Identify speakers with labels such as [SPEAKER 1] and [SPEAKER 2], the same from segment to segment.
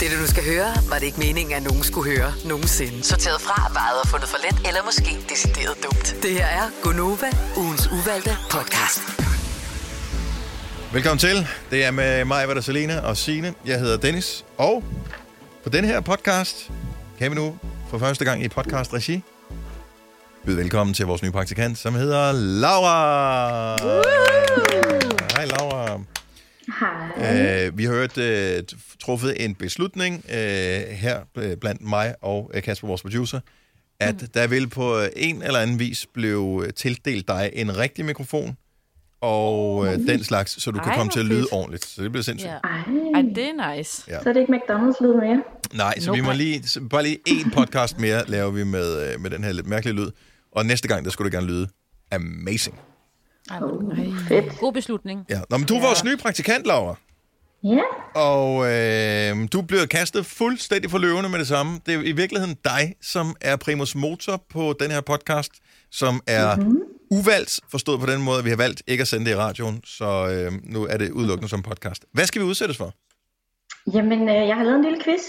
[SPEAKER 1] Det, du skal høre, var det ikke meningen, at nogen skulle høre nogensinde.
[SPEAKER 2] Sorteret fra, vejet og fundet for let, eller måske decideret dumt.
[SPEAKER 1] Det her er Gonova, ugens uvalgte podcast.
[SPEAKER 3] Velkommen til. Det er med mig, Hvad der Selena og Signe. Jeg hedder Dennis, og på den her podcast kan vi nu for første gang i podcast regi byde velkommen til vores nye praktikant, som hedder Laura. Hej Laura.
[SPEAKER 4] Mm-hmm.
[SPEAKER 3] Hej. Øh, vi har hørt øh, t- truffet en beslutning øh, her øh, blandt mig og øh, Kasper, vores producer, at mm. der vil på øh, en eller anden vis blive øh, tildelt dig en rigtig mikrofon og øh, den slags, så du kan
[SPEAKER 4] Ej,
[SPEAKER 3] komme til at
[SPEAKER 4] hvor
[SPEAKER 3] lyde
[SPEAKER 4] fedt.
[SPEAKER 3] ordentligt. Så det bliver sindssygt.
[SPEAKER 4] Ja.
[SPEAKER 5] Ej,
[SPEAKER 4] Ej, det er nice.
[SPEAKER 3] Ja.
[SPEAKER 5] så er det ikke McDonald's-lyd mere.
[SPEAKER 3] Nej, så
[SPEAKER 4] Nope.
[SPEAKER 3] vi må lige, så bare lige en podcast mere laver vi med, øh, med den her lidt mærkelige lyd. Og næste gang, der skulle det gerne lyde amazing.
[SPEAKER 4] Ej, hvor
[SPEAKER 5] Oh,
[SPEAKER 4] nice.
[SPEAKER 5] fedt.
[SPEAKER 4] God beslutning.
[SPEAKER 3] Ja. Nå, men du er vores nye praktikant, Laura.
[SPEAKER 5] Ja,
[SPEAKER 3] Og øh, du bliver kastet fuldstændig for løvene med det samme. Det er i virkeligheden dig, som er primus motor på den her podcast, som er mm-hmm. uvalgt, forstået på den måde, at vi har valgt ikke at sende det i radioen. Så øh, nu er det udelukkende som podcast. Hvad skal vi udsættes for?
[SPEAKER 5] jamen øh, jeg har lavet en lille quiz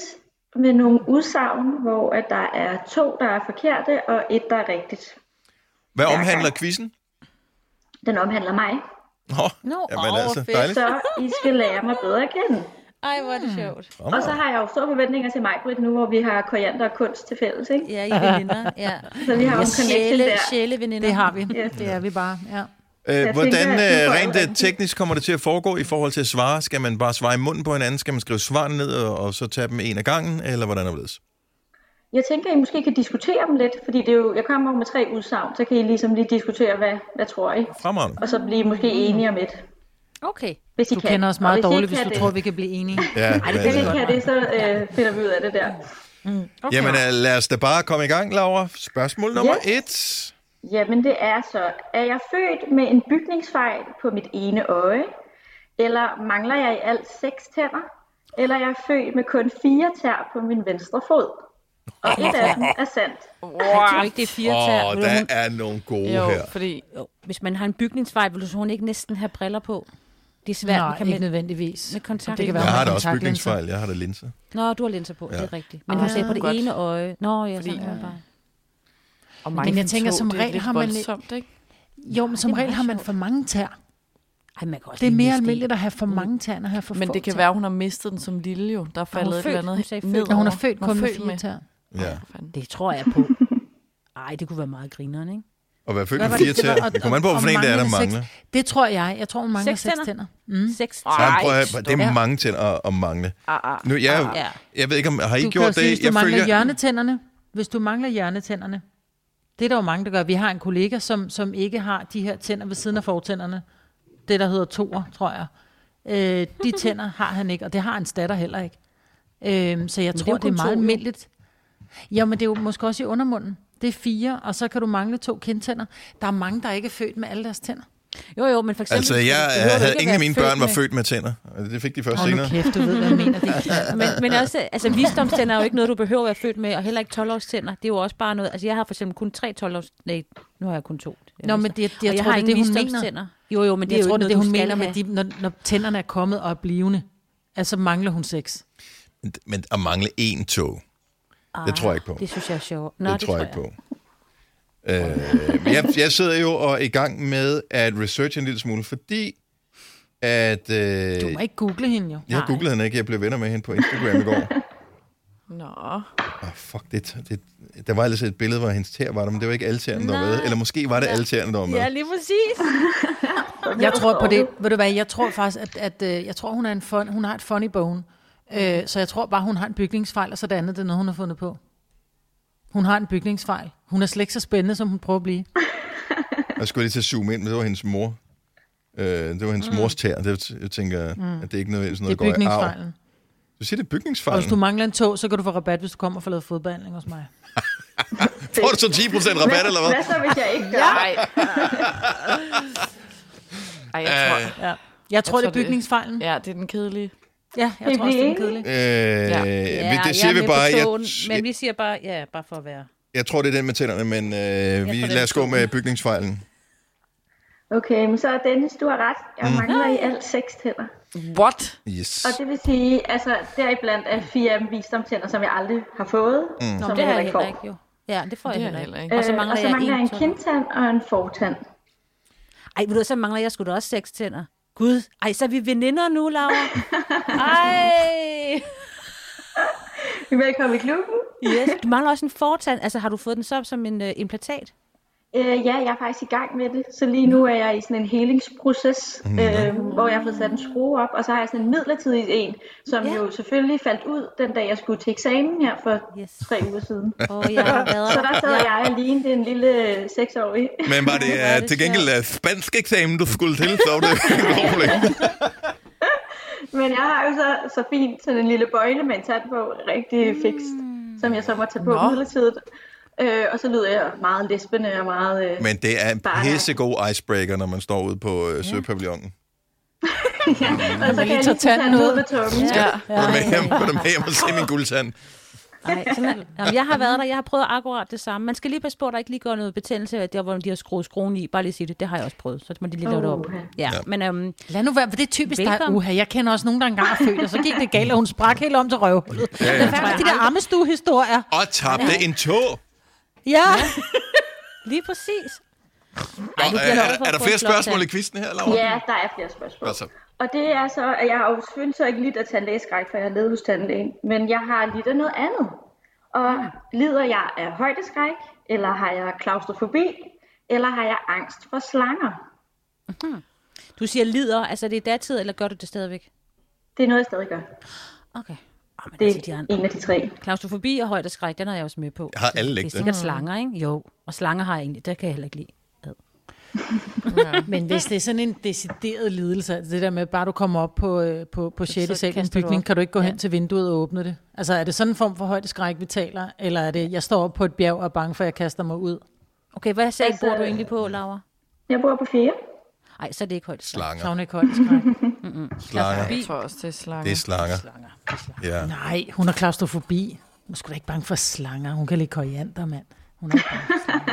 [SPEAKER 5] med nogle udsagn, hvor at der er to, der er forkerte, og et, der er rigtigt.
[SPEAKER 3] Hvad
[SPEAKER 5] Hver
[SPEAKER 3] omhandler
[SPEAKER 5] gang.
[SPEAKER 3] quizzen?
[SPEAKER 5] Den omhandler mig,
[SPEAKER 3] Nå,
[SPEAKER 4] Nå,
[SPEAKER 3] jamen,
[SPEAKER 4] åh,
[SPEAKER 3] altså,
[SPEAKER 4] fedt.
[SPEAKER 3] dejligt.
[SPEAKER 5] så I skal lære mig bedre at kende.
[SPEAKER 6] Ej, hvor er det sjovt.
[SPEAKER 5] Og så har jeg jo store forventninger til mig, Britt, nu hvor vi har koriander og kunst til fælles, ikke?
[SPEAKER 6] Ja, I er veninder. Ja.
[SPEAKER 5] Så vi har jo en connection
[SPEAKER 6] Sjæle,
[SPEAKER 5] der.
[SPEAKER 6] sjæle veninder.
[SPEAKER 7] Det har vi.
[SPEAKER 5] Ja.
[SPEAKER 7] Det er vi bare, ja.
[SPEAKER 3] Øh,
[SPEAKER 5] Jeg
[SPEAKER 3] hvordan
[SPEAKER 5] tænker, at du
[SPEAKER 3] øh,
[SPEAKER 5] får
[SPEAKER 3] rent
[SPEAKER 5] alt
[SPEAKER 3] øh,
[SPEAKER 5] rigtigt.
[SPEAKER 3] teknisk kommer det til at foregå i forhold til at svare? Skal man bare svare i munden på hinanden? Skal man skrive svarene ned og, og så tage dem en af gangen? Eller hvordan er det?
[SPEAKER 5] Jeg tænker, I måske kan diskutere dem lidt, fordi det er jo, jeg kommer jo med tre udsagn, så kan I ligesom lige diskutere, hvad, hvad tror I?
[SPEAKER 3] Fremragende.
[SPEAKER 5] Og så blive måske
[SPEAKER 6] Hmm.
[SPEAKER 5] enige om et,
[SPEAKER 4] Okay.
[SPEAKER 5] hvis I
[SPEAKER 7] Du
[SPEAKER 5] kan.
[SPEAKER 7] kender os
[SPEAKER 5] Og
[SPEAKER 7] meget
[SPEAKER 5] hvis I ikke
[SPEAKER 7] dårligt, hvis
[SPEAKER 5] kan
[SPEAKER 7] du
[SPEAKER 5] det-
[SPEAKER 7] tror, vi kan blive enige.
[SPEAKER 3] Ja,
[SPEAKER 5] Ej,
[SPEAKER 3] men,
[SPEAKER 5] det kan
[SPEAKER 3] øh,
[SPEAKER 5] ikke have det, så øh, finder vi ud af det der.
[SPEAKER 4] okay.
[SPEAKER 3] jamen øh, lad os da bare komme i gang, Laura. Spørgsmål nummer
[SPEAKER 5] Ja.
[SPEAKER 3] et.
[SPEAKER 5] Jamen det er så, er jeg født med en bygningsfejl på mit ene øje? Eller mangler jeg i alt seks tænder? Eller er jeg født med kun fire tær på min venstre fod? Og et af dem er sandt.
[SPEAKER 6] Ej, jeg tror ikke, det er fire tær.
[SPEAKER 3] Åh, oh,
[SPEAKER 6] Vil du-
[SPEAKER 3] der
[SPEAKER 6] hun-
[SPEAKER 3] er nogle gode
[SPEAKER 4] Jo,
[SPEAKER 3] her.
[SPEAKER 4] fordi...
[SPEAKER 6] Jo, hvis man har en bygningsfejl, vil du så hun ikke næsten have briller på? Det er svært.
[SPEAKER 7] Nej,
[SPEAKER 6] man kan
[SPEAKER 7] ikke
[SPEAKER 6] med...
[SPEAKER 7] nødvendigvis.
[SPEAKER 6] med kontakt-
[SPEAKER 7] Det kan være,
[SPEAKER 3] Jeg har
[SPEAKER 7] med
[SPEAKER 3] da også
[SPEAKER 7] kontaktlinser.
[SPEAKER 3] bygningsfejl. Jeg har da linser.
[SPEAKER 6] Nå, du har linser på, ja. det er rigtigt. Men
[SPEAKER 4] Ah,
[SPEAKER 6] hun sagde på det
[SPEAKER 4] godt.
[SPEAKER 6] godt. ene øje. Nå, ja,
[SPEAKER 4] Fordi-
[SPEAKER 6] sådan er det bare.
[SPEAKER 4] Og
[SPEAKER 7] Men jeg tænker,
[SPEAKER 4] to,
[SPEAKER 7] som
[SPEAKER 4] det er
[SPEAKER 7] regel
[SPEAKER 4] lidt
[SPEAKER 7] har man lidt-
[SPEAKER 4] voldsomt, ikke?
[SPEAKER 7] Jo, men som regel har man for mange tær.
[SPEAKER 6] Ej, man kan også
[SPEAKER 7] Det er
[SPEAKER 6] lige
[SPEAKER 7] mere
[SPEAKER 6] miste
[SPEAKER 7] almindeligt at have for mange tær, end at have for
[SPEAKER 4] Men
[SPEAKER 7] få
[SPEAKER 4] det kan
[SPEAKER 7] tær.
[SPEAKER 4] være, hun har mistet den som lille jo. Der er faldet et
[SPEAKER 6] født.
[SPEAKER 4] eller andet
[SPEAKER 6] Hun sagde født.
[SPEAKER 4] ned
[SPEAKER 7] Ja, hun er
[SPEAKER 4] over.
[SPEAKER 7] født
[SPEAKER 4] Hun
[SPEAKER 7] kun med fire tær.
[SPEAKER 3] Ja.
[SPEAKER 4] Fanden.
[SPEAKER 6] Det tror jeg på. Ej, det kunne være meget grineren, ikke?
[SPEAKER 3] Og hvad føler
[SPEAKER 7] Hvad var
[SPEAKER 3] med fire
[SPEAKER 7] det? Det var-
[SPEAKER 3] til?
[SPEAKER 7] og-
[SPEAKER 3] Det kommer an på,
[SPEAKER 7] og-
[SPEAKER 3] hvorfor en
[SPEAKER 7] og
[SPEAKER 3] der er, der
[SPEAKER 7] manglende
[SPEAKER 3] mangler.
[SPEAKER 7] seks- Det tror jeg. Jeg tror, hun mangler
[SPEAKER 6] Seks
[SPEAKER 7] seks
[SPEAKER 6] tænder?
[SPEAKER 7] tænder.
[SPEAKER 6] Mm. Seks
[SPEAKER 3] Ej,
[SPEAKER 4] Ej,
[SPEAKER 3] prøv at, høre, det er
[SPEAKER 4] stop.
[SPEAKER 3] mange tænder at, at mangle.
[SPEAKER 4] Ah, ah.
[SPEAKER 3] Nu, jeg,
[SPEAKER 6] Ja.
[SPEAKER 3] jeg ved ikke, om har I
[SPEAKER 7] Du kan jo
[SPEAKER 3] gjort
[SPEAKER 7] sige, hvis
[SPEAKER 3] det?
[SPEAKER 7] du
[SPEAKER 3] Jeg
[SPEAKER 7] mangler
[SPEAKER 3] følger,
[SPEAKER 7] hjørnetænderne. Hvis du mangler hjørnetænderne. Det er der jo mange, der gør. Vi har en kollega, som, som ikke har de her tænder ved siden af fortænderne. Det, der hedder toer, tror jeg. Øh, de tænder har han ikke, og det har hans datter heller ikke. Øh, så jeg
[SPEAKER 6] er
[SPEAKER 7] tror,
[SPEAKER 6] jo
[SPEAKER 7] det er, det
[SPEAKER 6] kun
[SPEAKER 7] er meget
[SPEAKER 6] to, jo.
[SPEAKER 7] almindeligt. Ja, men det er jo måske også i undermunden. Det er fire, og så kan du mangle to kindtænder. Der er mange, der ikke er født med alle deres tænder.
[SPEAKER 6] Jo, jo, men for eksempel...
[SPEAKER 3] Altså,
[SPEAKER 6] det
[SPEAKER 3] jeg
[SPEAKER 6] behøver du
[SPEAKER 3] havde
[SPEAKER 6] ikke at
[SPEAKER 3] ingen af
[SPEAKER 6] være
[SPEAKER 3] mine
[SPEAKER 6] født
[SPEAKER 3] børn var
[SPEAKER 6] med.
[SPEAKER 3] født med tænder. Det fik de først
[SPEAKER 7] Åh, nu
[SPEAKER 3] senere.
[SPEAKER 7] kæft, du ved, hvad jeg mener. Det er
[SPEAKER 6] Men, men også, altså visdomstænder er jo ikke noget, du behøver at være født med, og heller ikke 12-årstænder. Det er jo også bare noget, altså jeg har for eksempel kun tre 12-års... Nej, nu har jeg kun to.
[SPEAKER 7] Nå, men det- det- jeg tror, det er det, hun mener.
[SPEAKER 6] mener. Jo, jo, men det
[SPEAKER 7] jeg
[SPEAKER 6] er jo
[SPEAKER 7] tror,
[SPEAKER 6] ikke
[SPEAKER 7] det er
[SPEAKER 6] noget,
[SPEAKER 7] det, hun
[SPEAKER 6] du skal
[SPEAKER 7] mener med,
[SPEAKER 6] have.
[SPEAKER 7] de, når, når tænderne er kommet og er blivende. Altså mangler hun sex.
[SPEAKER 3] Men- Men at mangle én tog, det tror jeg
[SPEAKER 7] Ah,
[SPEAKER 3] ikke på.
[SPEAKER 6] Det synes jeg er sjovt. Nå,
[SPEAKER 3] det, tror jeg ikke på. Øh, men jeg, jeg sidder jo og er i gang med at researche en lille smule, fordi at... Øh,
[SPEAKER 7] Du må ikke google hende jo.
[SPEAKER 3] jeg har googlet hende ikke, jeg blev venner med hende på Instagram i går.
[SPEAKER 4] Nå.
[SPEAKER 3] Oh, fuck, det, det, der var ellers et billede, hvor hendes tæer var der, men det var ikke alle tæerne, der var med. Eller måske var det alle tæerne, der var med.
[SPEAKER 6] Ja, lige præcis.
[SPEAKER 7] Jeg tror på det. Ved du hvad, jeg tror faktisk, at, at øh, jeg tror, hun, er en fun, hun har et funny bone. Øh, så jeg tror bare, hun har en bygningsfejl, og så det andet, det er noget, hun har fundet på. Hun har en bygningsfejl. Hun er slet ikke så spændende, som hun prøver at blive.
[SPEAKER 3] Jeg skulle lige til at zoome ind, men det var hendes mor. Øh, det var hendes mm. mors tæer. Det, jeg tænker, mm. at det ikke nødvendigvis
[SPEAKER 7] Det er
[SPEAKER 3] noget, der går i arv.
[SPEAKER 7] bygningsfejlen.
[SPEAKER 3] Du siger, det er
[SPEAKER 7] Og hvis
[SPEAKER 3] bygningsfejlen.
[SPEAKER 7] du mangler en tog, så kan du få rabat, hvis du kommer og får lavet fodbehandling hos mig.
[SPEAKER 3] Får du så 10% rabat, eller hvad?
[SPEAKER 5] Hvad så, hvis jeg ikke gør det?
[SPEAKER 4] Ej. Ej, jeg tror...
[SPEAKER 7] Ja. Jeg tror,
[SPEAKER 4] tror,
[SPEAKER 7] det er
[SPEAKER 4] det-
[SPEAKER 7] bygningsfejlen. Ja,
[SPEAKER 4] Ja, det er den kedelige.
[SPEAKER 7] jeg tror også, det er kedeligt.
[SPEAKER 3] Øh,
[SPEAKER 4] Ja.
[SPEAKER 3] ja, vi,
[SPEAKER 6] jeg er
[SPEAKER 3] det siger vi
[SPEAKER 6] med på
[SPEAKER 3] bare. Jeg,
[SPEAKER 6] togen, Men vi siger bare, ja, bare for at være...
[SPEAKER 3] jeg tror, det er den med tænderne, men øh, vi,
[SPEAKER 6] tror, det
[SPEAKER 3] lad
[SPEAKER 6] er
[SPEAKER 3] os gå med bygningsfejlen. Mm.
[SPEAKER 5] Okay, men så Dennis, du har ret. Jeg mangler i alt seks tænder.
[SPEAKER 4] What?
[SPEAKER 3] Yes.
[SPEAKER 5] Og det vil sige, altså deriblandt er fire af dem visdomstænder, som jeg aldrig har fået. Mm. Som
[SPEAKER 6] Nå, men det har jeg heller ikke, jo. Ja, det får jeg
[SPEAKER 4] Det har
[SPEAKER 6] heller
[SPEAKER 4] jeg
[SPEAKER 6] ikke. Øh,
[SPEAKER 4] heller
[SPEAKER 5] Øh,
[SPEAKER 4] ikke.
[SPEAKER 6] Og så mangler,
[SPEAKER 5] og så mangler jeg
[SPEAKER 6] jeg
[SPEAKER 5] en
[SPEAKER 6] en tand.
[SPEAKER 5] kindtand og en fortand.
[SPEAKER 6] Ej, ved du, hvad, så mangler jeg sgu da også seks tænder. Gud, ej, så er vi veninder nu, Laura. Ej,
[SPEAKER 5] Velkommen i klubben.
[SPEAKER 6] yes. Du mangler også en fortand. Altså, har du fået den så som en øh, implantat?
[SPEAKER 5] Øh, ja, jeg er faktisk i gang med det, så lige
[SPEAKER 6] Mm.
[SPEAKER 5] nu er jeg i sådan en helingsproces, øh, hvor jeg har fået sat en skrue op, og så har jeg sådan en midlertidig en, som
[SPEAKER 6] Ja.
[SPEAKER 5] jo selvfølgelig faldt ud den dag, jeg skulle til eksamen her for
[SPEAKER 6] Yes.
[SPEAKER 5] tre uger siden.
[SPEAKER 6] Åh, oh, jeg har været
[SPEAKER 5] Så der sad jeg alene, det er en lille øh, seksårig.
[SPEAKER 3] Men var det
[SPEAKER 6] er
[SPEAKER 3] uh,
[SPEAKER 6] det
[SPEAKER 3] til gengæld uh, spansk eksamen, du skulle til, så var det et problem.
[SPEAKER 5] Men jeg har jo så, så fint sådan en lille bøjle med en tand på,
[SPEAKER 6] Mm.
[SPEAKER 5] rigtig fikst, som jeg så må tage på
[SPEAKER 4] Nå.
[SPEAKER 5] midlertidigt. Øh, og så lyder jeg meget lesbende og meget... Øh,
[SPEAKER 3] Men det er en
[SPEAKER 5] Bare-
[SPEAKER 3] pissegod icebreaker, når man står ude på uh, søpavillonen.
[SPEAKER 5] og så kan jeg lige tage
[SPEAKER 4] tanden
[SPEAKER 5] tanden ud
[SPEAKER 4] ud.
[SPEAKER 5] med tungen.
[SPEAKER 4] Ja.
[SPEAKER 3] Vil du med hjem, vil du med hjem og se min guldtand?
[SPEAKER 6] Nej, sådan er, Nå, men jeg har været der, jeg har prøvet akkurat det samme. Man skal lige passe på, at der ikke lige går noget betændelse, der hvor de har skruet skruen i. Bare lige sige det, det har jeg også prøvet, så må de lige lave det op.
[SPEAKER 5] Uha.
[SPEAKER 6] Ja, men øhm,
[SPEAKER 7] Lad nu være, for det er typisk dig.
[SPEAKER 6] Velkommen.
[SPEAKER 7] Uha, jeg kender også nogen, der engang har født, og så gik det galt, og hun sprak helt om til røvhullet. Ja, ja. Det er faktisk de der ammestuehistorier.
[SPEAKER 3] Og tabte en tog.
[SPEAKER 7] Ja.
[SPEAKER 6] lige præcis.
[SPEAKER 3] Nå,
[SPEAKER 6] nu
[SPEAKER 3] øh,
[SPEAKER 6] bliver jeg
[SPEAKER 3] er,
[SPEAKER 6] nødt til
[SPEAKER 3] der- er
[SPEAKER 6] at
[SPEAKER 3] der
[SPEAKER 6] få
[SPEAKER 3] flere
[SPEAKER 6] et blåt
[SPEAKER 3] spørgsmål i
[SPEAKER 6] tand.
[SPEAKER 3] quizzen her, Laura?
[SPEAKER 5] Ja, der er flere spørgsmål.
[SPEAKER 3] Godt så.
[SPEAKER 5] Og det er så, at jeg har jo selvfølgelig så ikke lidt af tandlægeskræk, for jeg har levet hos tandlægen, men jeg har lidt af noget andet. Og lider jeg af højdeskræk, eller har jeg klaustrofobi, eller har jeg angst for slanger?
[SPEAKER 6] Du siger lider, altså det er datid, eller gør du det stadigvæk?
[SPEAKER 5] Det er noget, jeg stadig gør.
[SPEAKER 6] Okay. Oh, men det... altså,
[SPEAKER 5] Det
[SPEAKER 6] de
[SPEAKER 5] er
[SPEAKER 6] har en
[SPEAKER 5] en af de tre.
[SPEAKER 6] klaustrofobi og højt og skræk, den er jeg også med på.
[SPEAKER 3] Har alle
[SPEAKER 6] Det
[SPEAKER 3] lægt
[SPEAKER 6] er
[SPEAKER 3] det?
[SPEAKER 6] sikkert slanger, ikke? Jo, og slanger har jeg egentlig, der kan jeg heller ikke lide.
[SPEAKER 7] Men hvis det er sådan en decideret lidelse, altså det der med, at bare du kommer op på, øh, på, på 6. sal i en
[SPEAKER 6] kaster du
[SPEAKER 7] bygning,
[SPEAKER 6] op.
[SPEAKER 7] kan du ikke gå hen til vinduet og åbne det? Altså er det sådan en form for højdeskræk, vi taler? Eller er det, jeg står op på et bjerg og er bange for, at jeg kaster mig ud?
[SPEAKER 6] Okay, hvad
[SPEAKER 5] Altså-
[SPEAKER 6] sag altså... bor du egentlig på, Laura?
[SPEAKER 5] Jeg bor på fjerde.
[SPEAKER 6] Nej, så er det ikke højt og skræk.
[SPEAKER 7] Så er
[SPEAKER 3] Slanger.
[SPEAKER 7] hun ikke højdeskræk.
[SPEAKER 3] Slanger.
[SPEAKER 4] Jeg tror også, det er slanger.
[SPEAKER 3] Det er slanger. Ja.
[SPEAKER 7] Nej, hun har klaustrofobi. Hun er sgu da ikke bange for slanger. Hun kan lide koriander, mand. Hun er ikke bange.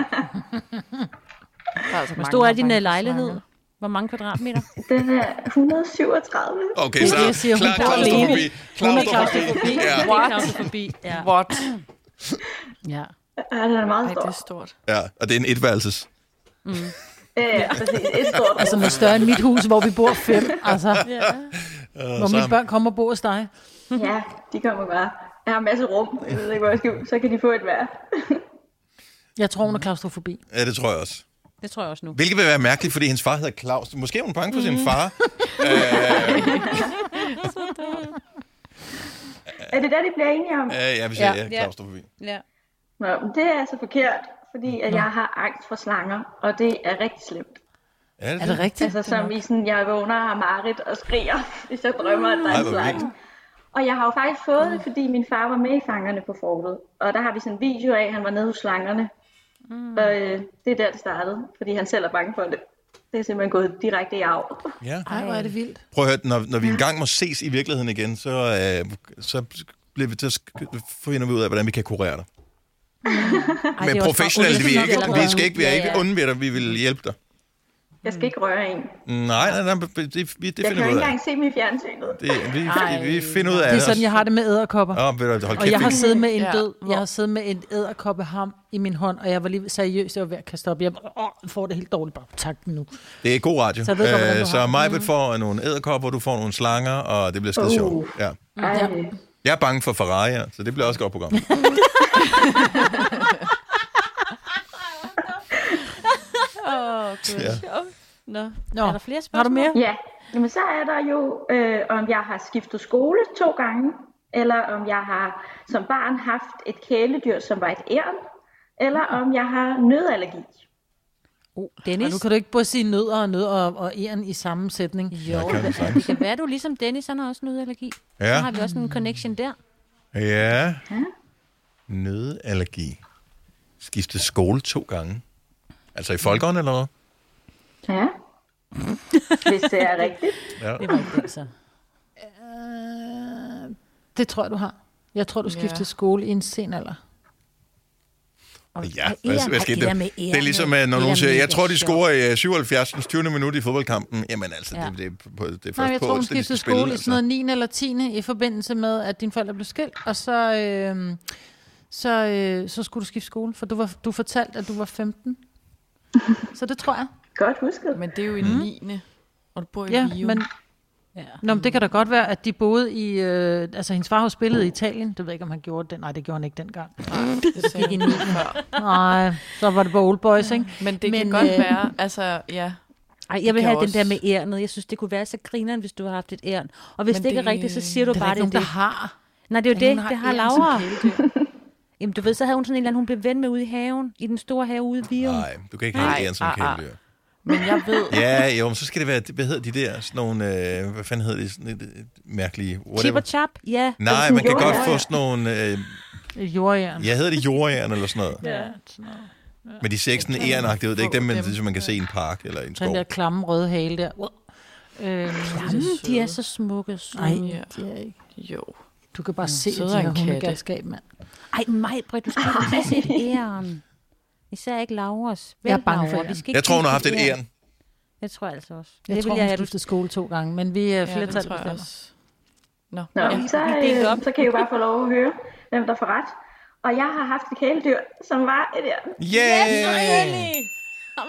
[SPEAKER 4] Der er altså
[SPEAKER 6] Hvor
[SPEAKER 4] mange,
[SPEAKER 6] stor
[SPEAKER 4] der
[SPEAKER 6] er din
[SPEAKER 4] bange
[SPEAKER 6] øh,
[SPEAKER 4] for
[SPEAKER 6] lejlighed?
[SPEAKER 4] slanger.
[SPEAKER 6] Hvor mange kvadratmeter?
[SPEAKER 5] Den er 137.
[SPEAKER 3] Okay, så
[SPEAKER 7] det, jeg siger. Hun
[SPEAKER 3] klar
[SPEAKER 7] bor
[SPEAKER 3] klaustrofobi.
[SPEAKER 7] alene. Hun er
[SPEAKER 3] Klaustrofobi.
[SPEAKER 7] klaustrofobi.
[SPEAKER 3] Ja,
[SPEAKER 7] Hun er klaustrofobi. Ja.
[SPEAKER 4] What?
[SPEAKER 7] ja.
[SPEAKER 5] Ja, den er meget
[SPEAKER 4] Ej,
[SPEAKER 5] stor.
[SPEAKER 4] det er stort.
[SPEAKER 3] ja, og det er en etværelses.
[SPEAKER 5] Øh, præcis. Et stort.
[SPEAKER 7] Altså med større end mit hus, hvor vi bor fem. Altså, ja. Hvor
[SPEAKER 3] så-
[SPEAKER 7] mine børn kommer og bor hos dig.
[SPEAKER 5] Ja, de kommer bare. Jeg har en masse rum. Jeg ved ikke, hvor jeg skal. Så kan de få et hver.
[SPEAKER 7] Jeg tror, hun er klaustrofobi.
[SPEAKER 3] Ja, det tror jeg også.
[SPEAKER 6] Det tror jeg også nu.
[SPEAKER 3] Hvilket vil være mærkeligt, fordi hendes far hedder Claus. Måske er hun bange for
[SPEAKER 7] Mm.
[SPEAKER 3] sin far.
[SPEAKER 5] Er det der, de bliver enige om?
[SPEAKER 3] Ja, jeg vil sige,
[SPEAKER 6] Ja.
[SPEAKER 3] ja, klaustrofobi.
[SPEAKER 6] Ja.
[SPEAKER 5] Nå, men det er altså forkert, fordi at jeg har angst for slanger, og det er rigtig slemt.
[SPEAKER 3] Er
[SPEAKER 7] Er
[SPEAKER 3] det
[SPEAKER 7] det
[SPEAKER 3] det?
[SPEAKER 7] rigtigt?
[SPEAKER 5] Altså som i sådan, jeg vågner og har mareridt og skriger, hvis jeg drømmer, at der er
[SPEAKER 3] Ej,
[SPEAKER 5] en
[SPEAKER 3] hvor Mm.
[SPEAKER 5] slange. Og jeg har jo faktisk fået det, fordi min far var med i Fangerne på fortet. Og der har vi sådan en video af, at han var nede hos slangerne. Mm. Og øh, det er der, det startede, fordi han selv er bange for det. Det er simpelthen gået direkte i arv.
[SPEAKER 3] Ja.
[SPEAKER 7] Ej, hvor er det vildt.
[SPEAKER 3] Prøv at høre, når, når vi engang må ses i virkeligheden igen, så, øh, så, bliver vi, så finder vi ud af, hvordan vi kan kurere dig.
[SPEAKER 6] Ej,
[SPEAKER 3] Men professionelt, vi, er ikke, vi skal ikke, vi er ikke
[SPEAKER 6] ja, ja.
[SPEAKER 3] onde ved dig, vi vil hjælpe dig.
[SPEAKER 5] Jeg skal ikke røre en.
[SPEAKER 3] Nej, nej, nej, det, det, vi- det Mm.
[SPEAKER 5] Jeg kan
[SPEAKER 3] finder vi
[SPEAKER 5] jo ikke
[SPEAKER 3] ud af.
[SPEAKER 5] engang se min fjernsynet.
[SPEAKER 3] Det, vi, vi finder ud af
[SPEAKER 7] Det er sådan, jeg har det med æderkopper.
[SPEAKER 3] Åh, ved du, hold
[SPEAKER 7] Og jeg har
[SPEAKER 3] kæft,
[SPEAKER 7] siddet med en
[SPEAKER 4] Ja,
[SPEAKER 7] død,
[SPEAKER 4] hvor-
[SPEAKER 7] jeg har siddet med en æderkoppe ham i min hånd, og jeg var lige seriøst, jeg var ved at kaste op. Jeg åh, jeg får det helt dårligt, bare tak den nu.
[SPEAKER 3] det er god radio. Øh,
[SPEAKER 7] Så jeg ved godt, hvordan du
[SPEAKER 3] så
[SPEAKER 7] har Mm. det.
[SPEAKER 3] mig vil få nogle æderkopper, du får nogle slanger, og det bliver skide
[SPEAKER 7] Uh.
[SPEAKER 3] sjovt. Mm. Ja.
[SPEAKER 5] Ej, øh.
[SPEAKER 3] Jeg er bange for Ferrari, ja, så det bliver også et godt program. Ja.
[SPEAKER 6] Nå.
[SPEAKER 7] Nå,
[SPEAKER 6] Er der flere spørgsmål?
[SPEAKER 7] har du mere?
[SPEAKER 5] Ja, men så er der jo, øh, om jeg har skiftet skole to gange, eller om jeg har som barn haft et kæledyr, som var et æren, eller om jeg har nødallergi.
[SPEAKER 6] Oh,
[SPEAKER 7] Og
[SPEAKER 6] Dennis?
[SPEAKER 7] nu kan du ikke både sige nødder og nødder og, og æren i samme sætning.
[SPEAKER 6] Jo,
[SPEAKER 3] Jeg kan det
[SPEAKER 6] det
[SPEAKER 3] sagtens.
[SPEAKER 6] kan være, du er ligesom Dennis, han har også nødallergi.
[SPEAKER 3] Ja.
[SPEAKER 6] Så har vi også en connection der.
[SPEAKER 3] Ja. Nødallergi. Skifte skole to gange. Altså i folkeånd eller noget?
[SPEAKER 5] Ja. Hvis det er rigtigt.
[SPEAKER 6] Det var ikke det, så.
[SPEAKER 7] Det tror jeg, du har. Jeg tror, du skiftede
[SPEAKER 4] Ja.
[SPEAKER 7] skole i en sen alder.
[SPEAKER 6] Og,
[SPEAKER 3] Ja,
[SPEAKER 6] og
[SPEAKER 3] hvad, hvad skete
[SPEAKER 6] Ej,
[SPEAKER 3] der?
[SPEAKER 6] med
[SPEAKER 3] Det er
[SPEAKER 6] ærerne,
[SPEAKER 3] ligesom, at når
[SPEAKER 6] det er
[SPEAKER 3] nogen siger, jeg
[SPEAKER 6] mega
[SPEAKER 3] tror, de
[SPEAKER 6] sjovt.
[SPEAKER 3] scorer i øh, 77. 20. minut i fodboldkampen. Jamen altså,
[SPEAKER 6] Ja.
[SPEAKER 3] det, det, er på, det er først
[SPEAKER 7] Nej, jeg
[SPEAKER 3] på
[SPEAKER 7] tror, hun
[SPEAKER 3] onsdag, de skal
[SPEAKER 7] skiftede
[SPEAKER 3] spille.
[SPEAKER 7] skole i
[SPEAKER 3] altså.
[SPEAKER 7] sådan noget 9. eller 10. i forbindelse med, at dine forældre blev skilt, og så, øh, så, øh, så skulle du skifte skole, for du, var, du fortalte, at du var 15. Så det tror jeg.
[SPEAKER 5] Godt husket.
[SPEAKER 4] Men det er jo
[SPEAKER 3] Mm.
[SPEAKER 4] i 9. Og du bor i
[SPEAKER 7] Ja,
[SPEAKER 4] Rio.
[SPEAKER 7] men
[SPEAKER 6] Ja.
[SPEAKER 7] Nå, men det kan da godt være, at de boede i... Øh, altså, hendes far har jo spillet i Italien. Det ved jeg ikke, om han gjorde det. Nej, det gjorde han ikke dengang.
[SPEAKER 4] det sagde
[SPEAKER 6] Ikke
[SPEAKER 4] jeg.
[SPEAKER 6] en ny før.
[SPEAKER 7] Nej, så var det på Old Boys, ikke?
[SPEAKER 4] Men det kan
[SPEAKER 7] Men,
[SPEAKER 4] godt
[SPEAKER 7] øh,
[SPEAKER 4] være, altså ja,
[SPEAKER 6] Ej, jeg vil
[SPEAKER 4] kan
[SPEAKER 6] have
[SPEAKER 4] også-
[SPEAKER 6] den der med ærnet. Jeg synes, det kunne være så grineren, hvis du har haft et ærn. Og hvis
[SPEAKER 4] Men
[SPEAKER 6] det ikke er
[SPEAKER 4] det-
[SPEAKER 6] rigtigt, så siger du
[SPEAKER 7] Det er der
[SPEAKER 6] bare, det
[SPEAKER 7] ikke
[SPEAKER 6] er
[SPEAKER 7] nogen, der
[SPEAKER 6] det.
[SPEAKER 7] har.
[SPEAKER 6] Nej, det er jo
[SPEAKER 7] Der er
[SPEAKER 6] det.
[SPEAKER 7] ingen, der
[SPEAKER 6] Det
[SPEAKER 7] har
[SPEAKER 6] har
[SPEAKER 7] æren som
[SPEAKER 6] Laura. Jamen, du ved, så havde hun sådan en eller anden, hun blev ven med ude i haven. I den store have ude i Virum.
[SPEAKER 3] Nej, du kan ikke have
[SPEAKER 4] Nej,
[SPEAKER 3] æren som
[SPEAKER 4] ah, ah.
[SPEAKER 3] kæledyr.
[SPEAKER 4] men jeg ved,
[SPEAKER 3] Ja, jo, men så skal det være, hvad hedder de der, sådan nogle, øh, hvad fanden hedder de, sådan et, et mærkelige,
[SPEAKER 6] Chip
[SPEAKER 3] whatever. Mm,
[SPEAKER 6] og chap, ja.
[SPEAKER 3] Nej, man kan
[SPEAKER 5] Jordjern.
[SPEAKER 3] godt få sådan nogle, øh,
[SPEAKER 7] Et jordjern.
[SPEAKER 3] jeg hedder det jordjern eller sådan noget.
[SPEAKER 7] Ja. sådan noget.
[SPEAKER 3] Men de ser ikke sådan ærenagtige ud. Det er ikke dem, man, som man kan se i en park eller i en
[SPEAKER 7] Den
[SPEAKER 3] skov.
[SPEAKER 7] der klamme røde hale der. Wow. Øhm,
[SPEAKER 6] Jamen, Mm, de er så smukke. søde.
[SPEAKER 7] nej,
[SPEAKER 4] ja.
[SPEAKER 7] de er ikke.
[SPEAKER 4] Altså, jo.
[SPEAKER 7] Du kan bare se, at
[SPEAKER 4] sidder
[SPEAKER 7] de
[SPEAKER 4] en
[SPEAKER 7] har
[SPEAKER 4] katte.
[SPEAKER 7] hundegalskab, mand.
[SPEAKER 6] Ej, mig, Britt, du skal ikke se et æren. Især ikke Lauras. Vel,
[SPEAKER 7] Jeg er bange for
[SPEAKER 6] Laura,
[SPEAKER 7] æren.
[SPEAKER 6] vi skal ikke
[SPEAKER 3] Jeg tror, hun har haft
[SPEAKER 6] spise
[SPEAKER 3] et æren.
[SPEAKER 6] Jeg tror altså også.
[SPEAKER 7] Jeg
[SPEAKER 6] det
[SPEAKER 7] det tror,
[SPEAKER 6] vil
[SPEAKER 7] jeg,
[SPEAKER 6] jeg
[SPEAKER 7] hun
[SPEAKER 6] have, du
[SPEAKER 7] skiftede skole to gange, men vi er
[SPEAKER 4] Ja, det
[SPEAKER 7] flertal
[SPEAKER 4] tror jeg
[SPEAKER 7] bestemmer.
[SPEAKER 4] også. Nå,
[SPEAKER 5] Nå,
[SPEAKER 4] ja.
[SPEAKER 5] så,
[SPEAKER 6] vi delte op.
[SPEAKER 5] øh, så kan I jo bare få lov at høre, hvem der får ret. Og jeg har haft et kæledyr, som var et æren.
[SPEAKER 3] Yeah!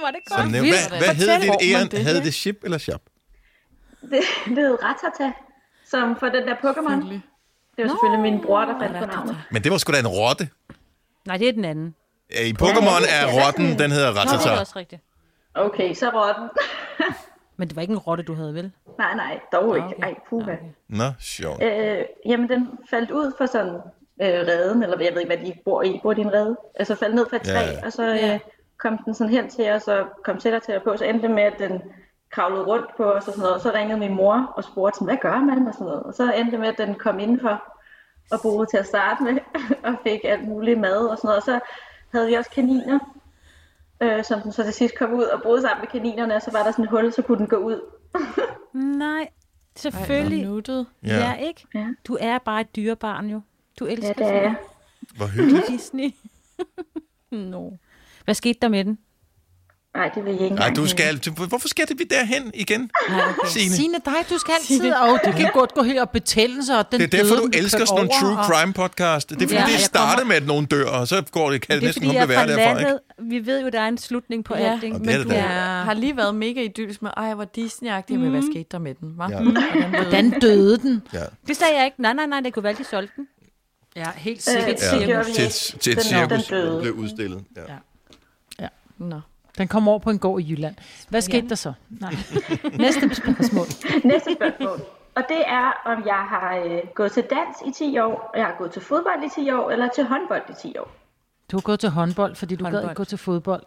[SPEAKER 6] Var det
[SPEAKER 3] Så
[SPEAKER 6] godt?
[SPEAKER 3] nævn- Hvad, hvad hed
[SPEAKER 4] Fortæl,
[SPEAKER 3] dit
[SPEAKER 4] hvor man
[SPEAKER 3] æren?
[SPEAKER 4] det
[SPEAKER 3] Havde
[SPEAKER 4] her.
[SPEAKER 3] det chip eller shop?
[SPEAKER 5] Det, det hed Ratata, som for den der Pokémon.
[SPEAKER 4] Selvfølgelig.
[SPEAKER 5] Det var selvfølgelig min bror, der fandt på navnet.
[SPEAKER 3] Men det var sgu da en rotte. Øh,
[SPEAKER 6] Nej, det er den anden. Nå,
[SPEAKER 3] I Pokémon er rotten, den hedder
[SPEAKER 6] det er
[SPEAKER 3] Rattata.
[SPEAKER 6] også rigtigt.
[SPEAKER 5] Okay, så rotten.
[SPEAKER 6] Men det var ikke en rotte, du havde, vel?
[SPEAKER 5] nej, nej, dog ikke. Ej, puha.
[SPEAKER 3] Nå, sjovt.
[SPEAKER 5] Øh, jamen, den faldt ud fra sådan øh, reden, eller jeg ved ikke, hvad de bor i. Bor de i en rede? Altså faldt ned fra et
[SPEAKER 3] Ja,
[SPEAKER 5] træ,
[SPEAKER 3] ja.
[SPEAKER 5] og så øh, kom den sådan hen til os, og kom tættere og tættere på. Så endte det med, at den kravlede rundt på os og sådan noget. Og så ringede min mor og spurgte, sådan, hvad gør man og sådan noget. Og så endte det med, at den kom indenfor og boede til at starte med, og fik alt muligt mad og sådan noget. Og så havde vi også kaniner, øh, som den så til sidst kom ud og boede sammen med kaninerne, og så var der sådan et hul, så kunne den gå ud.
[SPEAKER 6] Nej, selvfølgelig.
[SPEAKER 4] Ej, hvor nuttet.
[SPEAKER 3] Ja.
[SPEAKER 6] ja. ikke?
[SPEAKER 5] Ja.
[SPEAKER 6] Du er bare et dyrebarn, jo. Du
[SPEAKER 5] Ja,
[SPEAKER 6] elsker
[SPEAKER 5] det er jeg.
[SPEAKER 3] Hvor hyggeligt.
[SPEAKER 6] Disney. no. Hvad skete der med den?
[SPEAKER 5] Nej, det vil jeg ikke
[SPEAKER 3] Nej,
[SPEAKER 5] engang
[SPEAKER 3] du
[SPEAKER 5] have.
[SPEAKER 3] skal... du- Hvorfor skal det vi derhen igen,
[SPEAKER 6] Øh. Nej, okay.
[SPEAKER 3] Signe?
[SPEAKER 7] Signe, dig, du skal altid, og det kan godt gå helt op betændelse, og den
[SPEAKER 3] Det er derfor,
[SPEAKER 7] døde,
[SPEAKER 3] du
[SPEAKER 7] den
[SPEAKER 3] elsker
[SPEAKER 7] kørte
[SPEAKER 3] sådan nogle
[SPEAKER 7] over,
[SPEAKER 3] true
[SPEAKER 7] og-
[SPEAKER 3] crime podcast. Det er fordi,
[SPEAKER 6] Ja,
[SPEAKER 3] ja, det
[SPEAKER 6] jeg
[SPEAKER 3] starter
[SPEAKER 6] kommer-
[SPEAKER 3] med, at nogen dør, og så går det, kan det
[SPEAKER 6] Det er
[SPEAKER 3] næsten
[SPEAKER 6] fordi,
[SPEAKER 3] kun
[SPEAKER 6] jeg
[SPEAKER 3] blive
[SPEAKER 6] er fra
[SPEAKER 3] værre derfra, ikke?
[SPEAKER 6] landet. Vi ved jo, der er en slutning på
[SPEAKER 4] Ja,
[SPEAKER 6] alt, ikke?
[SPEAKER 3] Og det er
[SPEAKER 4] men
[SPEAKER 3] det
[SPEAKER 4] du
[SPEAKER 3] da.
[SPEAKER 4] er- har lige været mega idyllisk med, ej, hvor Disney-agtig, men hvad skete der med den, hva?
[SPEAKER 3] Ja.
[SPEAKER 4] Ja. Hvordan
[SPEAKER 7] Den døde den.
[SPEAKER 3] Ja.
[SPEAKER 6] Det sagde jeg ikke. Nej, nej, nej, det kunne være, at de solgte den.
[SPEAKER 7] Ja, helt
[SPEAKER 5] sikkert.
[SPEAKER 7] sikkert.
[SPEAKER 5] Øh, Det
[SPEAKER 3] Ja.
[SPEAKER 5] gjorde vi
[SPEAKER 3] Til,
[SPEAKER 5] ikke.
[SPEAKER 3] til et
[SPEAKER 5] Den-
[SPEAKER 3] cirkus,
[SPEAKER 5] den døde.
[SPEAKER 3] der blev udstillet. Ja.
[SPEAKER 4] Nå.
[SPEAKER 7] Den kom over på en gård i Jylland. Hvad skete der så? Nej. Næste spørgsmål.
[SPEAKER 5] Næste spørgsmål. Og det er, om jeg har øh, gået til dans i 10 år, og jeg har gået til fodbold i 10 år, eller til håndbold i 10 år.
[SPEAKER 7] Du har gået til håndbold, fordi du håndbold. gad
[SPEAKER 6] Håndbold.
[SPEAKER 7] ikke gå til fodbold.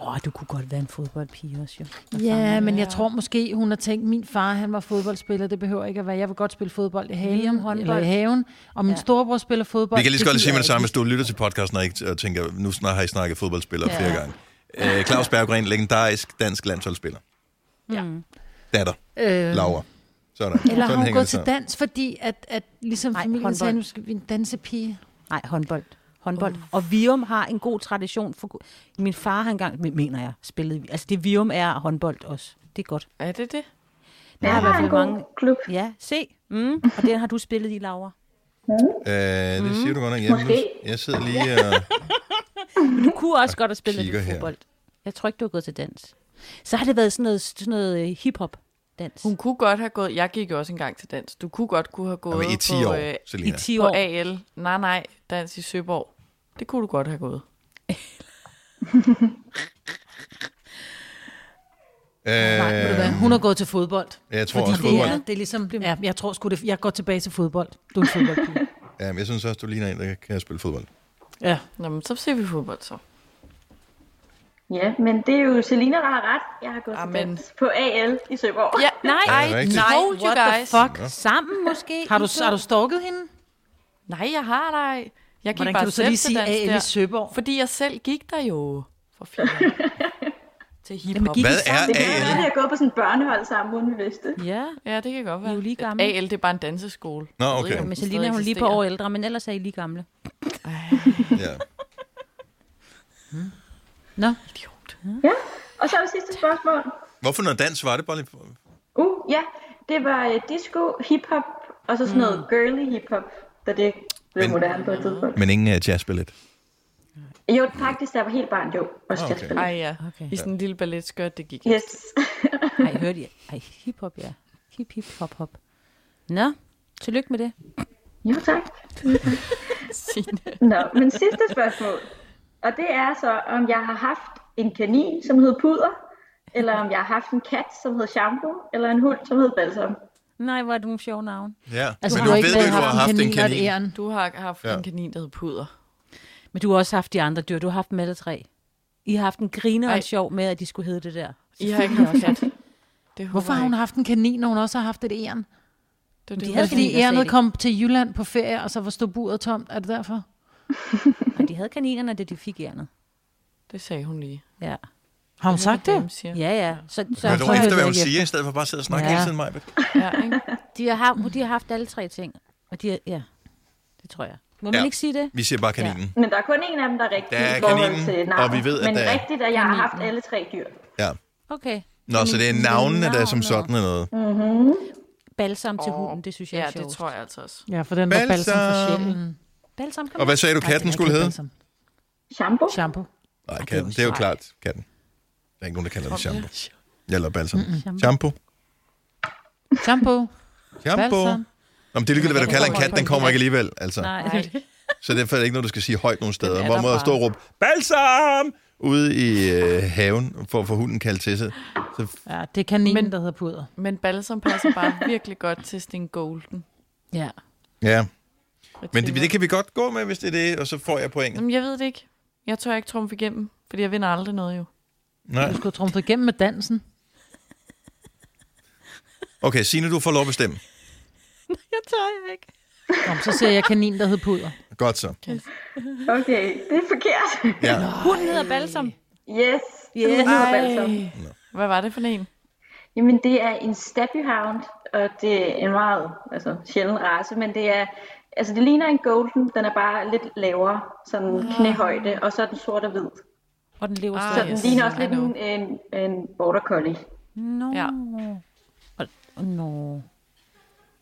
[SPEAKER 6] Åh, oh, du kunne godt være en fodboldpige også, jo.
[SPEAKER 7] Ja, men jeg tror måske, hun har tænkt, min far han var fodboldspiller, det behøver ikke at være. Jeg vil godt spille fodbold i haven, Mm. eller i haven og min ja. storebror spiller fodbold.
[SPEAKER 3] Vi kan lige så
[SPEAKER 7] Det
[SPEAKER 3] godt sige
[SPEAKER 7] gider
[SPEAKER 3] med det
[SPEAKER 7] jeg
[SPEAKER 3] samme, hvis du lytter til podcasten og ikke og tænker, nu snart har I snakket fodboldspillere ja. flere gange. Øh, Claus Berggren, legendarisk dansk landsholdsspiller. Mm.
[SPEAKER 7] Ja.
[SPEAKER 3] Datter,
[SPEAKER 7] ikke. Øh,
[SPEAKER 3] Laura. Sådan.
[SPEAKER 7] eller har
[SPEAKER 3] Sådan
[SPEAKER 7] hun
[SPEAKER 3] hænger
[SPEAKER 7] gået
[SPEAKER 3] det
[SPEAKER 7] til
[SPEAKER 3] sammen.
[SPEAKER 7] dans, fordi at, at ligesom
[SPEAKER 6] Nej,
[SPEAKER 7] Ej, familien
[SPEAKER 6] håndbold.
[SPEAKER 7] sagde, nu skal vi en dansepige.
[SPEAKER 6] Nej, håndbold. Håndbold. Uh. Og Vium har en god tradition. For... Min far har engang, men- mener jeg, spillet... i- Altså, det Vium er håndbold også. Det er godt.
[SPEAKER 4] Er det det?
[SPEAKER 6] Der har i
[SPEAKER 5] Jeg
[SPEAKER 6] hvert
[SPEAKER 5] har en
[SPEAKER 6] fald
[SPEAKER 5] god
[SPEAKER 6] mange...
[SPEAKER 5] klub.
[SPEAKER 6] Ja, se. Mm. Og den har du spillet i, Laura.
[SPEAKER 3] Øh, det siger du godt nok. Jamen,
[SPEAKER 5] Måske.
[SPEAKER 3] nu- jeg sidder lige og...
[SPEAKER 6] Du kunne også godt have spillet
[SPEAKER 3] kigger
[SPEAKER 6] lidt
[SPEAKER 3] her.
[SPEAKER 6] fodbold. Jeg tror ikke, du har gået til dans. Så har det været sådan noget, sådan noget øh, hip-hop-dans.
[SPEAKER 4] Hun kunne godt have gået, jeg gik jo også engang til dans, du kunne godt kunne have gået
[SPEAKER 3] Jamen, I 10
[SPEAKER 4] på,
[SPEAKER 3] år,
[SPEAKER 4] øh,
[SPEAKER 6] I
[SPEAKER 3] Selina.
[SPEAKER 6] 10
[SPEAKER 4] på
[SPEAKER 6] år.
[SPEAKER 4] AL, nej nej, dans i Søborg. Det kunne du godt have gået.
[SPEAKER 7] Nej, ved du hvad, hun har gået til fodbold.
[SPEAKER 3] Øh, jeg tror
[SPEAKER 7] fordi
[SPEAKER 3] også
[SPEAKER 7] det
[SPEAKER 3] fodbold.
[SPEAKER 7] Er, det er ligesom, ja, jeg tror sgu det, jeg går tilbage til fodbold. Du er en fodboldpige.
[SPEAKER 3] Ja, men Øh, jeg synes også, du ligner en, der kan spille fodbold.
[SPEAKER 7] ja.
[SPEAKER 4] Nå, men så ser vi fodbold så.
[SPEAKER 5] Ja, men det er jo Selina, der har ret. Jeg har gået Amen. til
[SPEAKER 4] Amen.
[SPEAKER 5] dans på AL i Søborg.
[SPEAKER 4] Ja, nej,
[SPEAKER 3] Er det
[SPEAKER 4] I
[SPEAKER 3] rigtigt?
[SPEAKER 4] told you
[SPEAKER 7] what the
[SPEAKER 4] guys.
[SPEAKER 7] fuck?
[SPEAKER 6] Sammen måske?
[SPEAKER 7] Har du,
[SPEAKER 6] I to?
[SPEAKER 7] har du stalket hende?
[SPEAKER 4] Nej, jeg har dig. Jeg gik
[SPEAKER 7] Hvordan
[SPEAKER 4] bare
[SPEAKER 7] kan du så
[SPEAKER 4] selv
[SPEAKER 7] lige
[SPEAKER 4] til
[SPEAKER 7] sige
[SPEAKER 4] dans
[SPEAKER 7] AL i
[SPEAKER 4] der.
[SPEAKER 7] Søborg?
[SPEAKER 4] Fordi jeg selv gik der jo. For fanden. til hiphop.
[SPEAKER 6] gik-
[SPEAKER 3] Hvad er
[SPEAKER 5] Det kan
[SPEAKER 3] AL?
[SPEAKER 5] være, at vi har gået på sådan en børnehold sammen, uden vi vidste det.
[SPEAKER 6] Ja.
[SPEAKER 4] Ja, det kan godt være.
[SPEAKER 6] I er jo lige gamle.
[SPEAKER 4] AL, det er bare en danseskole.
[SPEAKER 3] Nå,
[SPEAKER 4] Jeg ved
[SPEAKER 3] okay.
[SPEAKER 4] ikke, om den
[SPEAKER 6] Men
[SPEAKER 4] stadig
[SPEAKER 6] Selina, hun er lige på
[SPEAKER 4] eksisterer.
[SPEAKER 6] år ældre, men ellers er I lige gamle.
[SPEAKER 3] Ja.
[SPEAKER 7] Nå,
[SPEAKER 5] Ja, og så det sidste spørgsmål.
[SPEAKER 3] Hvorfor noget dans var det bare lige? for-
[SPEAKER 5] Uh, ja, det var uh, disco, hiphop og så sådan noget
[SPEAKER 6] Mm.
[SPEAKER 5] girly hiphop, da det blev
[SPEAKER 3] Men-
[SPEAKER 5] moderne på et tidspunkt.
[SPEAKER 3] Men ingen uh, jazzballet.
[SPEAKER 5] Jo, faktisk, da jeg var helt barn, jo. Også
[SPEAKER 3] Ah, okay.
[SPEAKER 5] jazzballet.
[SPEAKER 4] Ej ja,
[SPEAKER 6] Okay.
[SPEAKER 4] okay. i sådan en lille balletskørt, det gik.
[SPEAKER 5] Yes.
[SPEAKER 6] Ej, hørte I? Ej, hiphop, ja. Hip, hip, hop, hop. Nå, tillykke med det.
[SPEAKER 5] jo, tak.
[SPEAKER 4] Signe.
[SPEAKER 5] Nå, men sidste spørgsmål. Og det er så, om jeg har haft en kanin, som hed Puder, eller om jeg har haft en kat, som hed Shampoo, eller en hund, som hed Balsam.
[SPEAKER 6] Nej, hvor er du en sjov navn.
[SPEAKER 3] Ja.
[SPEAKER 7] altså
[SPEAKER 3] Men
[SPEAKER 7] du har ikke
[SPEAKER 3] ved,
[SPEAKER 7] været
[SPEAKER 3] at du har haft en
[SPEAKER 7] og et
[SPEAKER 3] kanin.
[SPEAKER 7] æren.
[SPEAKER 4] Du har haft
[SPEAKER 3] Ja.
[SPEAKER 4] ja. en kanin, der hed Puder.
[SPEAKER 6] Men du har også haft de andre dyr. Du har haft dem alle tre. I har haft en griner og
[SPEAKER 4] Ej.
[SPEAKER 6] en sjov med, at de skulle hedde det der.
[SPEAKER 4] I har ikke haft kat. Det
[SPEAKER 7] Hvorfor har hun haft en kanin, når hun også har haft et æren?
[SPEAKER 4] Det, er det,
[SPEAKER 6] De
[SPEAKER 4] de
[SPEAKER 6] havde
[SPEAKER 4] havde
[SPEAKER 7] Er det fordi
[SPEAKER 6] kaniner, sagde
[SPEAKER 7] ærenet
[SPEAKER 6] de.
[SPEAKER 7] kom til Jylland på ferie, og så var stod buret tomt? Er det derfor?
[SPEAKER 6] Og de havde kaninerne, da de fik ærnet.
[SPEAKER 4] det sagde hun lige.
[SPEAKER 6] Ja.
[SPEAKER 7] Har hun sagt
[SPEAKER 4] Dem
[SPEAKER 7] det?
[SPEAKER 4] siger.
[SPEAKER 6] Ja, ja. Så, så,
[SPEAKER 3] Hør
[SPEAKER 6] så
[SPEAKER 3] dog efter, hvad hun
[SPEAKER 6] ikke
[SPEAKER 3] siger, i stedet for bare at sidde og snakke
[SPEAKER 7] Ja.
[SPEAKER 3] ja. hele tiden, Majbet.
[SPEAKER 4] Ja, ikke?
[SPEAKER 6] efter. De har, haft, de har haft alle tre ting. Og de har, ja, det tror jeg. Må man
[SPEAKER 3] Ja.
[SPEAKER 6] ikke sige det?
[SPEAKER 3] Vi siger bare kaninen.
[SPEAKER 5] Men der er kun en af dem, der er
[SPEAKER 3] Der
[SPEAKER 5] rigtig
[SPEAKER 3] er
[SPEAKER 5] i forhold
[SPEAKER 3] kaninen,
[SPEAKER 5] til
[SPEAKER 3] og
[SPEAKER 5] navn.
[SPEAKER 3] vi ved, at
[SPEAKER 5] men
[SPEAKER 3] der er-
[SPEAKER 5] rigtigt, at jeg har haft alle tre dyr.
[SPEAKER 3] Ja. ja.
[SPEAKER 6] Okay.
[SPEAKER 3] Nå, så det er navnene, der er som
[SPEAKER 6] Navnet.
[SPEAKER 3] sådan noget.
[SPEAKER 6] Balsam til hunden, det synes jeg
[SPEAKER 4] ja
[SPEAKER 6] er
[SPEAKER 4] det
[SPEAKER 6] sjovt.
[SPEAKER 4] tror jeg altså også.
[SPEAKER 7] Ja, for den var
[SPEAKER 3] Balsam.
[SPEAKER 7] balsam for sjælen.
[SPEAKER 6] Balsam kan
[SPEAKER 3] Og
[SPEAKER 6] man-
[SPEAKER 3] hvad sagde du,
[SPEAKER 7] Ej, den
[SPEAKER 3] katten
[SPEAKER 7] er
[SPEAKER 3] skulle
[SPEAKER 7] ikke
[SPEAKER 3] hedde?
[SPEAKER 7] balsam.
[SPEAKER 5] Shampoo?
[SPEAKER 7] Shampoo.
[SPEAKER 3] Nej, katten. Det er jo klart, katten. Der er ikke nogen, der kalder det shampoo. Eller balsam. Shampoo.
[SPEAKER 7] Shampoo.
[SPEAKER 3] Shampoo.
[SPEAKER 7] Balsam.
[SPEAKER 3] Nå, men det er ligegyldigt, hvad du
[SPEAKER 4] Den
[SPEAKER 3] kalder en
[SPEAKER 4] kommer
[SPEAKER 3] kat, den
[SPEAKER 4] ikke
[SPEAKER 3] kommer
[SPEAKER 4] på
[SPEAKER 3] ikke alligevel. Altså.
[SPEAKER 6] Nej,
[SPEAKER 3] Så derfor er det ikke noget, du skal sige højt nogen
[SPEAKER 4] Den
[SPEAKER 3] steder.
[SPEAKER 4] er
[SPEAKER 3] Hvor
[SPEAKER 4] der
[SPEAKER 3] må jeg
[SPEAKER 4] bare.
[SPEAKER 3] stå og råbe, balsam! Ude i øh, haven, for at få hunden kaldt til sig. Så
[SPEAKER 7] Ja, det er kaninen,
[SPEAKER 4] Men-
[SPEAKER 7] der hedder puder.
[SPEAKER 4] Men balsam passer bare virkelig godt til Sting Golden.
[SPEAKER 6] ja.
[SPEAKER 3] Ja, men
[SPEAKER 4] Retriever.
[SPEAKER 3] det, det kan vi godt gå med, hvis det er det, og så får jeg pointet.
[SPEAKER 4] Jamen, jeg ved det ikke. Jeg tør ikke trumfe igennem, fordi jeg vinder aldrig noget jo.
[SPEAKER 3] Nej.
[SPEAKER 7] Du skulle have trumfet igennem med dansen.
[SPEAKER 3] Okay, Signe, du får lov at bestemme.
[SPEAKER 6] Jeg tør jeg ikke.
[SPEAKER 7] Kom, så ser jeg kaninen, der hedder puder.
[SPEAKER 3] Godt så.
[SPEAKER 5] Okay, det er forkert.
[SPEAKER 3] Ja.
[SPEAKER 6] Hunden hedder Balsam.
[SPEAKER 5] Yes, yes. Den hedder Balsam.
[SPEAKER 4] Hvad var det for en?
[SPEAKER 5] Jamen, det er en stabuhound, og det er en meget altså, sjælden race, men det er, altså det ligner en golden, den er bare lidt lavere, sådan knæhøjde, og så er den sort og hvid.
[SPEAKER 6] Og den lever
[SPEAKER 4] Ah,
[SPEAKER 5] Så
[SPEAKER 6] stadig.
[SPEAKER 4] ja.
[SPEAKER 5] den
[SPEAKER 4] yes,
[SPEAKER 5] ligner også
[SPEAKER 4] I
[SPEAKER 5] lidt
[SPEAKER 4] know.
[SPEAKER 5] en, en, en border collie.
[SPEAKER 6] Nå.
[SPEAKER 4] Ja.
[SPEAKER 6] Og- Nå.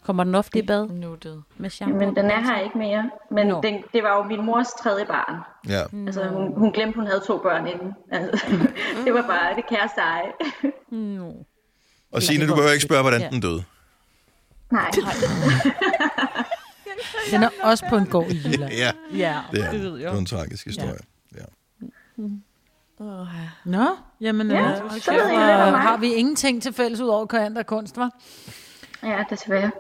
[SPEAKER 6] Kommer den ofte i bad
[SPEAKER 4] Nuttet.
[SPEAKER 6] med shampoo?
[SPEAKER 5] Men den er her ikke mere. Men
[SPEAKER 6] Nå.
[SPEAKER 5] den, det var jo min mors tredje barn.
[SPEAKER 3] ja.
[SPEAKER 5] Altså, hun, hun glemte, hun havde to børn inden. Altså, det var bare det kæreste eje.
[SPEAKER 6] Nå.
[SPEAKER 3] Og Signe, du behøver ikke spørge, hvordan den døde.
[SPEAKER 5] Nej,
[SPEAKER 7] Den er også på en gård i Jylland.
[SPEAKER 3] Ja,
[SPEAKER 6] Ja,
[SPEAKER 3] det er,
[SPEAKER 6] det ved
[SPEAKER 3] det
[SPEAKER 6] jeg.
[SPEAKER 3] er en tragisk historie. Ja.
[SPEAKER 7] Nå, jamen, ja, øh,
[SPEAKER 5] så ved I lidt om mig.
[SPEAKER 7] har vi ingenting til fælles ud over koriander og kunst, hva'?
[SPEAKER 5] ja, desværre.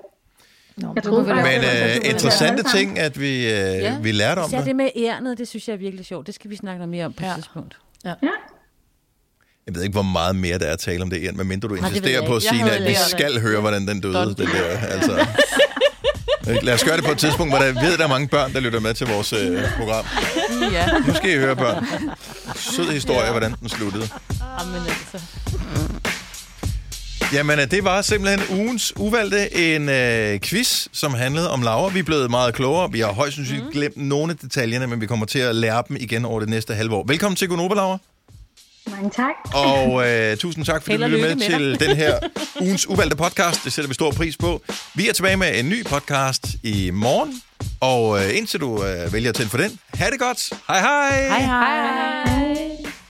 [SPEAKER 7] Nå,
[SPEAKER 5] Jeg troede
[SPEAKER 7] vel-
[SPEAKER 5] faktisk,
[SPEAKER 3] Men
[SPEAKER 5] det var-
[SPEAKER 3] øh, interessante ting, at vi,
[SPEAKER 7] Ja.
[SPEAKER 3] øh, vi lærte om
[SPEAKER 6] Ja,
[SPEAKER 3] det.
[SPEAKER 6] det med ærnet, det synes jeg er virkelig sjovt. Det skal vi snakke noget mere om på et
[SPEAKER 4] Ja.
[SPEAKER 6] tidspunkt.
[SPEAKER 5] Ja.
[SPEAKER 3] Jeg ved ikke, hvor meget mere der er at tale om det, Ian, medmindre du
[SPEAKER 6] det ved jeg
[SPEAKER 3] insisterer
[SPEAKER 6] ikke.
[SPEAKER 3] på,
[SPEAKER 6] Jeg
[SPEAKER 3] Signe,
[SPEAKER 4] havde
[SPEAKER 3] at vi
[SPEAKER 4] lært det.
[SPEAKER 3] skal høre, hvordan den døde. Den
[SPEAKER 4] Don't.
[SPEAKER 3] der, altså. Øh, Lad os gøre det på et tidspunkt, hvor der jeg ved, at der er mange børn, der lytter med til vores øh, program.
[SPEAKER 4] Ja,
[SPEAKER 3] Nu skal I høre, børn. Sød historie, hvordan den sluttede.
[SPEAKER 4] men altså.
[SPEAKER 3] Jamen, øh, det var simpelthen ugens uvalgte en øh, quiz, som handlede om Laura. Vi er blevet meget klogere. Vi har højst sandsynligt glemt nogle af detaljerne, men vi kommer til at lære dem igen over det næste halve år. Velkommen til Gunova, Laura.
[SPEAKER 5] Mange tak.
[SPEAKER 3] Og øh, tusind tak, fordi
[SPEAKER 6] Held
[SPEAKER 3] du
[SPEAKER 6] og
[SPEAKER 3] lyttede med,
[SPEAKER 6] lykke med
[SPEAKER 3] til den her ugens uvalgte podcast. Det sætter vi stor pris på. Vi er tilbage med en ny podcast i morgen. Og øh, indtil du øh, vælger at tænde for den, ha' det godt. Hej hej.
[SPEAKER 7] Hej, hej.